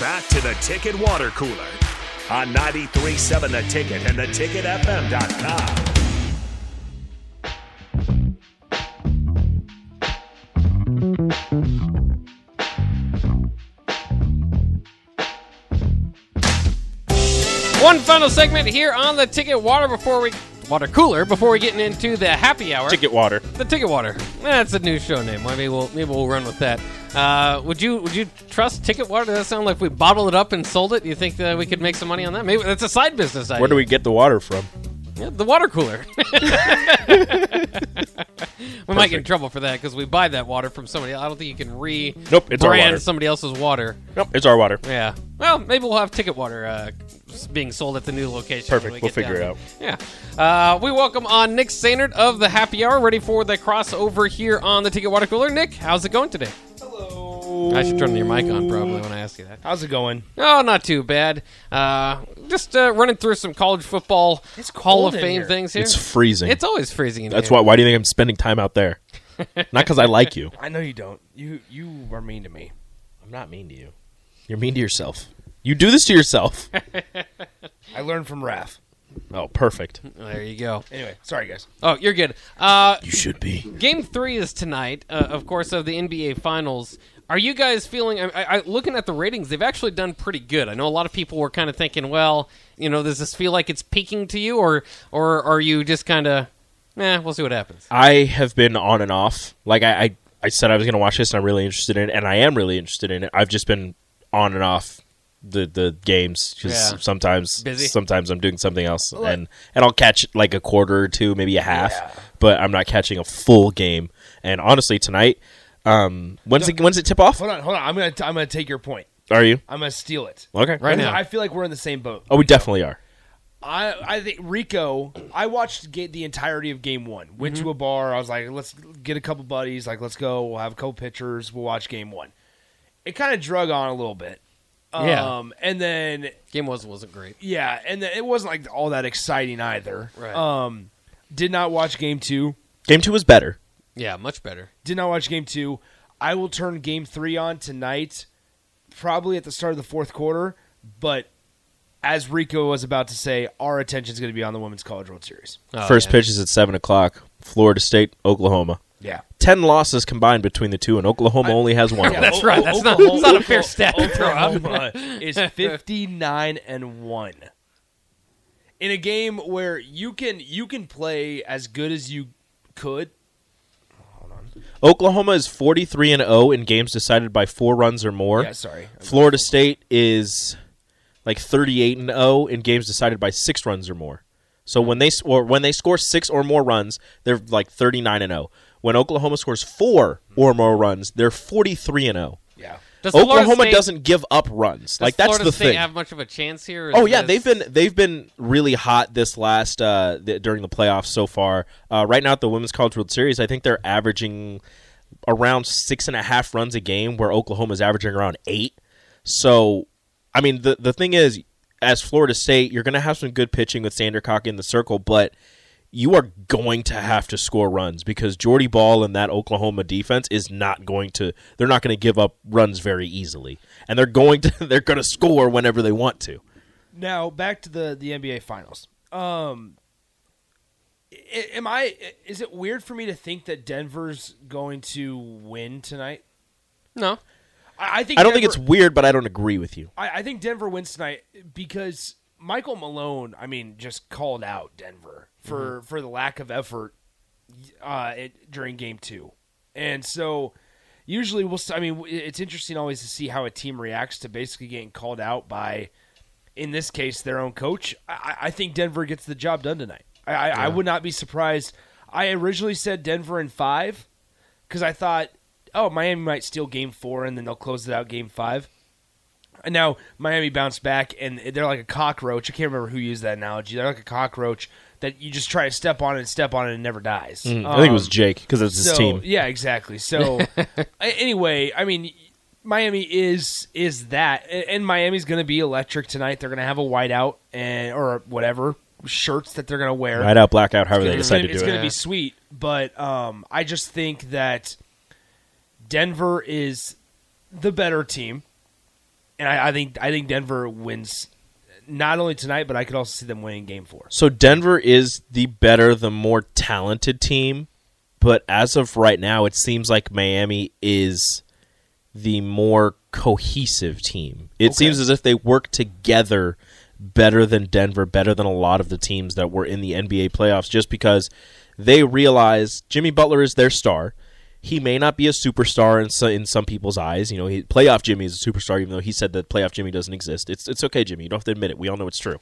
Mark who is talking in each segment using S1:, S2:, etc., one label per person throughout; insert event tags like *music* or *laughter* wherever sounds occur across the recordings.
S1: back to the Ticket Water Cooler on 93.7 The Ticket and theticketfm.com.
S2: One final segment here on the ticket water before we water cooler before we getting into the happy hour.
S3: Ticket water.
S2: The ticket water. That's a new show name. Maybe we'll maybe we'll run with that. Uh, would you would you trust ticket water? Does that sound like if we bottled it up and sold it? You think that we could make some money on that? Maybe that's a side business idea.
S3: Where do we get the water from?
S2: Yeah, the water cooler. *laughs* we might get in trouble for that because we buy that water from somebody. I don't think you can re
S3: Nope, it's our water.
S2: brand somebody else's water.
S3: Nope, it's our water.
S2: Yeah. Well, maybe we'll have ticket water uh, s- being sold at the new location.
S3: Perfect.
S2: when
S3: We'll
S2: get down
S3: figure it
S2: there.
S3: out.
S2: Yeah. Uh, we welcome on Nick Sainert of the Happy Hour, ready for the crossover here on the Ticket Water Cooler. Nick, how's it going today? Hello. I should turn your mic on probably when I ask you that.
S4: How's it going?
S2: Oh, not too bad. Uh, just uh, running through some college football
S4: It's
S2: Hall
S4: cold
S2: of
S4: in
S2: Fame
S4: here.
S2: things here.
S3: It's freezing.
S2: It's always freezing. In
S3: That's
S2: here.
S3: why. Why do you think I'm spending time out *laughs* there? Not because I like you.
S4: I know you don't. You you are mean to me.
S3: I'm not mean to you. You're mean to yourself. You do this to *laughs* yourself.
S4: I learned from Raph.
S3: oh, perfect.
S2: There you go.
S4: Anyway, sorry guys.
S2: Oh, you're good. Uh,
S3: You should be.
S2: Game three is tonight, uh, of course, of the NBA Finals. Are you guys feeling? I, I, I- looking at the ratings, they've actually done pretty good. I know a lot of people were kind of thinking, well, you know, does this feel like it's peaking to you, or or are you just kind of, eh, we'll see what happens.
S3: I have been on and off. Like I, I, I said I was going to watch this, and I'm really interested in it, and I am really interested in it. I've just been on and off the the games because
S2: Yeah.
S3: sometimes
S2: Busy.
S3: sometimes I'm doing something else, and and I'll catch like a quarter or two, maybe a half, but I'm not catching a full game. And honestly, tonight, um, when's it when's it tip off?
S4: Hold on, hold on. I'm gonna t- I'm gonna take your point.
S3: Are you
S4: I'm gonna steal it.
S3: okay?
S2: Right now.
S4: I feel like we're in the same boat.
S3: Oh, we definitely are.
S4: I I think Rico. I watched ga- the entirety of Game One. Went
S2: Mm-hmm.
S4: to a bar. I was like, let's get a couple buddies. Like, let's go. We'll have a couple pitchers. We'll watch Game One. It kind of drug on a little bit.
S2: Yeah.
S4: Um, and then
S2: Game was wasn't great.
S4: Yeah, and then it wasn't like all that exciting either.
S2: Right.
S4: Um, did not watch game two.
S3: Game two was better.
S2: Yeah, much better.
S4: Did not watch game two. I will turn game three on tonight, probably at the start of the fourth quarter. But as Rico was about to say, our attention's going to be on the Women's College World Series.
S2: Oh,
S3: First
S2: yeah.
S3: pitch is at seven o'clock. Florida State, Oklahoma.
S4: Yeah.
S3: Ten losses combined between the two, and Oklahoma only has one.
S4: Yeah,
S3: loss.
S2: That's right. That's not-
S4: Oklahoma-
S2: that's not a fair stat to throw out.
S4: Oklahoma is fifty nine and one in a game where you can you can play as good as you could.
S3: Oklahoma is 43 and 0 in games decided by 4 runs or more.
S4: Yeah, sorry.
S3: Florida State is like 38 and 0 in games decided by 6 runs or more. So when they s- or when they score 6 or more runs, they're like 39 and 0. When Oklahoma scores 4 or more runs, they're 43 and oh. 0.
S4: Yeah.
S2: Does Florida
S3: Oklahoma
S2: State-
S3: doesn't give up runs.
S2: Does
S3: Like that's
S2: Florida
S3: the
S2: State
S3: thing.
S2: Have much of a chance here?
S3: Oh yeah, they've been they've been really hot this last uh, th- during the playoffs so far. Uh, right now at the Women's College World Series, I think they're averaging around six and a half runs a game, where Oklahoma's averaging around eight. So, I mean, the the thing is, as Florida State, you're going to have some good pitching with Sandercock in the circle, but you are going to have to score runs because Jordy Ball and that Oklahoma defense is not going to they're not going to give up runs very easily. And they're going to *laughs* they're going to score whenever they want to.
S4: Now back to the the NBA finals. Um, i- am I? Is it weird for me to think that Denver's going to win tonight?
S2: no.
S4: I, I think
S3: I don't think
S4: Denver-
S3: it's weird, but I don't agree with you.
S4: I, I think Denver wins tonight because Michael Malone. I mean, just called out Denver for
S3: Mm-hmm.
S4: for the lack of effort uh, it, during Game Two, and so usually we'll. s- I mean, it's interesting always to see how a team reacts to basically getting called out by, in this case, their own coach. I, I- I think Denver gets the job done tonight. I, I, I would not be surprised. I originally said Denver in five because I thought, oh, Miami might steal Game Four and then they'll close it out Game Five. And now Miami bounced back, and they're like a cockroach. I can't remember who used that analogy. They're like a cockroach that you just try to step on and step on it and never dies.
S3: Mm. I think it was
S4: Um,
S3: Jake because it's his
S4: so,
S3: team.
S4: Yeah, exactly.
S3: *laughs*
S4: So a- anyway, I mean, Miami is is that, A- and Miami's going to be electric tonight. They're going to have a whiteout and or whatever shirts that they're going to wear.
S3: Right out, blackout, however they
S4: It's
S3: decide
S4: gonna-
S3: to
S4: it's
S3: do
S4: going
S3: it.
S4: to be sweet, but um, I just think that Denver is the better team, and I, I think I think Denver wins not only tonight, but I could also see them winning Game Four.
S3: So Denver is the better, the more talented team, but as of right now, it seems like Miami is the more cohesive team. It seems as if they work together better than Denver, better than a lot of the teams that were in the NBA playoffs, just because they realize Jimmy Butler is their star. He may not be a superstar in some, in some people's eyes. You know, he, playoff Jimmy is a superstar, even though he said that playoff Jimmy doesn't exist. It's it's okay, Jimmy. You don't have to admit it. We all know it's true.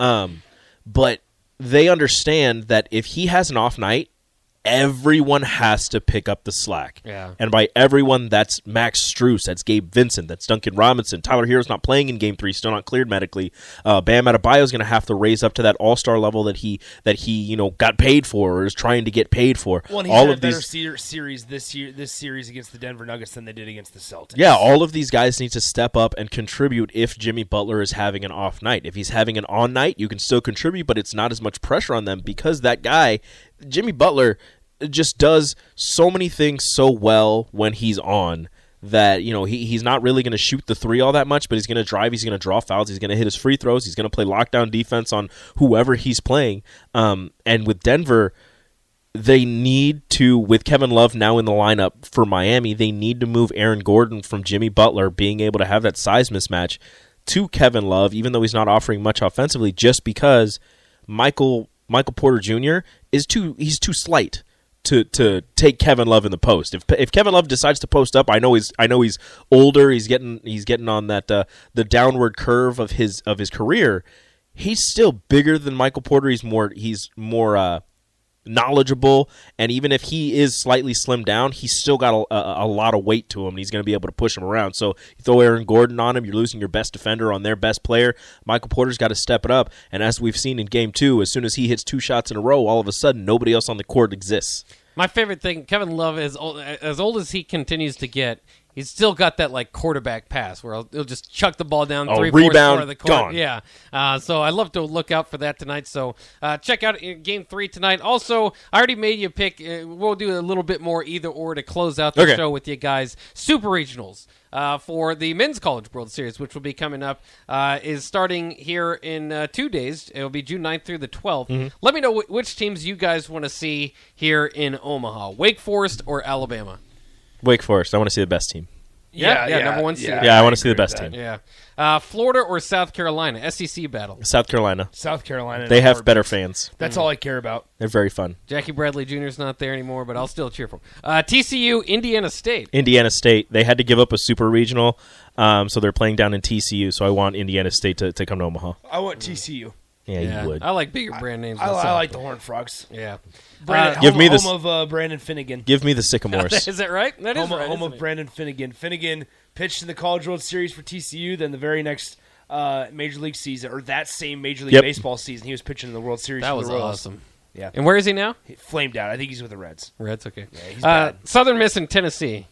S3: Um, but they understand that if he has an off night, everyone has to pick up the slack.
S2: Yeah.
S3: And by everyone, that's Max Struess, that's Gabe Vincent, that's Duncan Robinson. Tyler Hero's not playing in Game Three, still not cleared medically. Uh, Bam Adebayo is going to have to raise up to that All Star level that he that he you know got paid for or is trying to get paid for.
S4: Well, and he's
S3: all
S4: had
S3: of
S4: a better
S3: these
S4: ser- series this year, this series against the Denver Nuggets than they did against the Celtics.
S3: Yeah, all of these guys need to step up and contribute if Jimmy Butler is having an off night. If he's having an on night, you can still contribute, but it's not as much pressure on them because that guy, Jimmy Butler, just does so many things so well when he's on that, you know, he, he's not really going to shoot the three all that much, but he's going to drive, he's going to draw fouls, he's going to hit his free throws, he's going to play lockdown defense on whoever he's playing. Um, and with Denver, they need to with Kevin Love now in the lineup for Miami, they need to move Aaron Gordon from Jimmy Butler being able to have that size mismatch to Kevin Love even though he's not offering much offensively just because Michael Michael Porter Jr is too he's too slight to to take Kevin Love in the post. If if Kevin Love decides to post up, I know he's I know he's older, he's getting he's getting on that uh, the downward curve of his of his career. He's still bigger than Michael Porter. He's more he's more uh knowledgeable and even if he is slightly slimmed down he's still got a, a, a lot of weight to him and he's going to be able to push him around so you throw aaron gordon on him you're losing your best defender on their best player michael porter's got to step it up and as we've seen in game two as soon as he hits two shots in a row all of a sudden nobody else on the court exists
S2: My favorite thing, Kevin Love, is old, as old as he continues to get, he's still got that like quarterback pass where he'll, he'll just chuck the ball down
S3: Oh,
S2: three fourths
S3: rebound,
S2: of the court.
S3: gone.
S2: Yeah, uh, so I love to look out for that tonight. So uh, check out uh, Game Three tonight. Also, I already made you pick. Uh, we'll do a little bit more either or to close out the
S3: Okay.
S2: show with you guys. Super regionals. Uh, for the men's college world series which will be coming up uh, is starting here in uh, two days it'll be june 9th through the 12th
S3: Mm-hmm.
S2: let me know wh- which teams you guys want to see here in omaha wake forest or alabama
S3: wake forest i want to see the best team
S2: Yeah, yeah, number one seed.
S3: yeah i, want to see the best team
S2: Yeah. Uh, Florida or South Carolina? SEC battle.
S3: south carolina
S4: South Carolina.
S3: they
S4: and
S3: have
S4: Florida.
S3: better fans
S4: That's all I care about.
S3: they're very fun
S2: Jackie Bradley Jr. is not there anymore, but I'll still cheer for him. Uh, TCU, Indiana State.
S3: Indiana State. They had to give up a super regional, um, so they're playing down in TCU. So I want Indiana State to, to come to Omaha.
S4: I want TCU.
S3: Yeah, you would.
S2: I like bigger brand names.
S4: I,
S2: myself.
S4: I like the Horned Frogs.
S2: Yeah.
S4: Brandon,
S2: Uh,
S3: Uh, Give
S4: home,
S3: me this-
S4: home of uh, Brandon Finnegan.
S3: Give me
S2: *laughs*
S3: the Sycamores.
S2: is that right? That is
S4: home,
S2: right.
S4: home
S2: isn't
S4: of
S2: it?
S4: Brandon Finnegan. Finnegan pitched in the College World Series for TCU. Then the very next uh, Major League season, or that same Major League
S3: Yep.
S4: Baseball season, he was pitching in the World Series.
S2: that
S4: for
S2: was
S4: the Royals.
S2: awesome.
S4: Yeah,
S2: And where is he now?
S4: He flamed out. I think he's with the Reds.
S2: Reds. Okay.
S4: he's
S2: uh,
S4: bad.
S2: Southern Miss and Tennessee.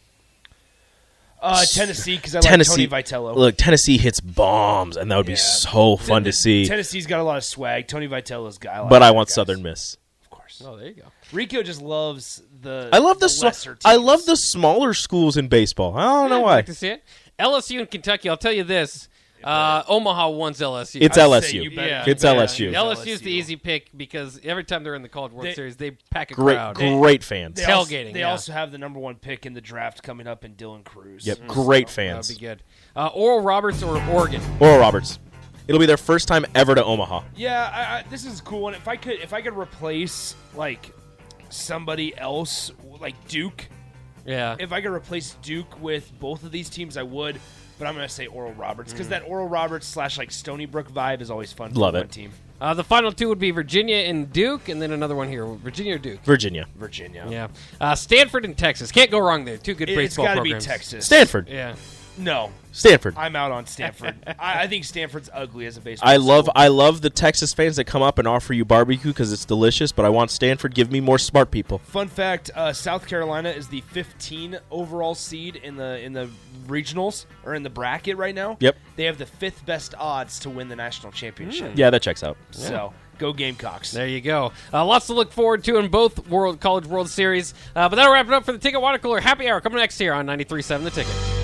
S4: Uh, Tennessee, because I
S3: Tennessee.
S4: like Tony Vitello.
S3: Look, Tennessee hits bombs, and that would be
S4: Yeah.
S3: so fun to see.
S4: Tennessee's got a lot of swag. Tony Vitello's guy. I like
S3: but I
S4: that
S3: want
S4: guy,
S3: Southern Miss.
S4: of course.
S2: Oh, there you go.
S4: Rico just loves the.
S3: I love the, sm-
S4: lesser
S3: I
S4: teams.
S3: love the smaller schools in baseball. I don't know
S2: I'd
S3: why.
S2: like to see it. LSU and Kentucky. I'll tell you this. Uh, Omaha wins LSU.
S3: It's
S4: I'd say
S3: LSU.
S4: you better-
S3: It's
S4: yeah,
S3: LSU.
S4: you better-
S2: LSU is the easy pick because every time they're in the College World
S4: They-
S2: Series, they pack a
S3: Great,
S2: crowd.
S3: great fans.
S4: They also,
S2: Tailgating,
S4: they
S2: yeah.
S4: also have the number one pick in the draft coming up in Dylan Cruz. Mm.
S3: yep, great
S2: That'd
S3: fans.
S2: be good. Uh, Oral Roberts or Oregon?
S3: Oral Roberts. It'll be their first time ever to Omaha.
S4: Yeah, I, I, this is a cool one. If I could, if I could replace like somebody else, like Duke,
S2: Yeah.
S4: if I could replace Duke with both of these teams, I would. But I'm gonna say Oral Roberts because that Oral Roberts slash like Stony Brook vibe is always fun. For
S3: Love
S4: one
S3: it.
S4: Team
S2: Uh, the final two would be Virginia and Duke, and then another one here, Virginia or Duke.
S3: Virginia,
S4: Virginia.
S2: Yeah. Uh, Stanford and Texas. Can't go wrong there. Two good
S4: It, has
S2: baseball
S4: got to be
S2: programs.
S4: Texas.
S3: Stanford,
S2: Yeah.
S4: No,
S3: Stanford.
S4: I'm out on Stanford. I, I think Stanford's ugly as a baseball.
S3: I love
S4: school.
S3: I love the Texas fans that come up and offer you barbecue because it's delicious. But I want Stanford. Give me more smart people.
S4: Fun fact: uh, South Carolina is the 15 overall seed in the in the regionals or in the bracket right now.
S3: Yep.
S4: They have the fifth best odds to win the national championship.
S3: Mm. Yeah, that checks out.
S4: So go Gamecocks.
S2: There you go. Uh, lots to look forward to in both World College World Series. Uh, but that'll wrap it up for the Ticket Water Cooler Happy Hour coming next here on 93.7 The Ticket.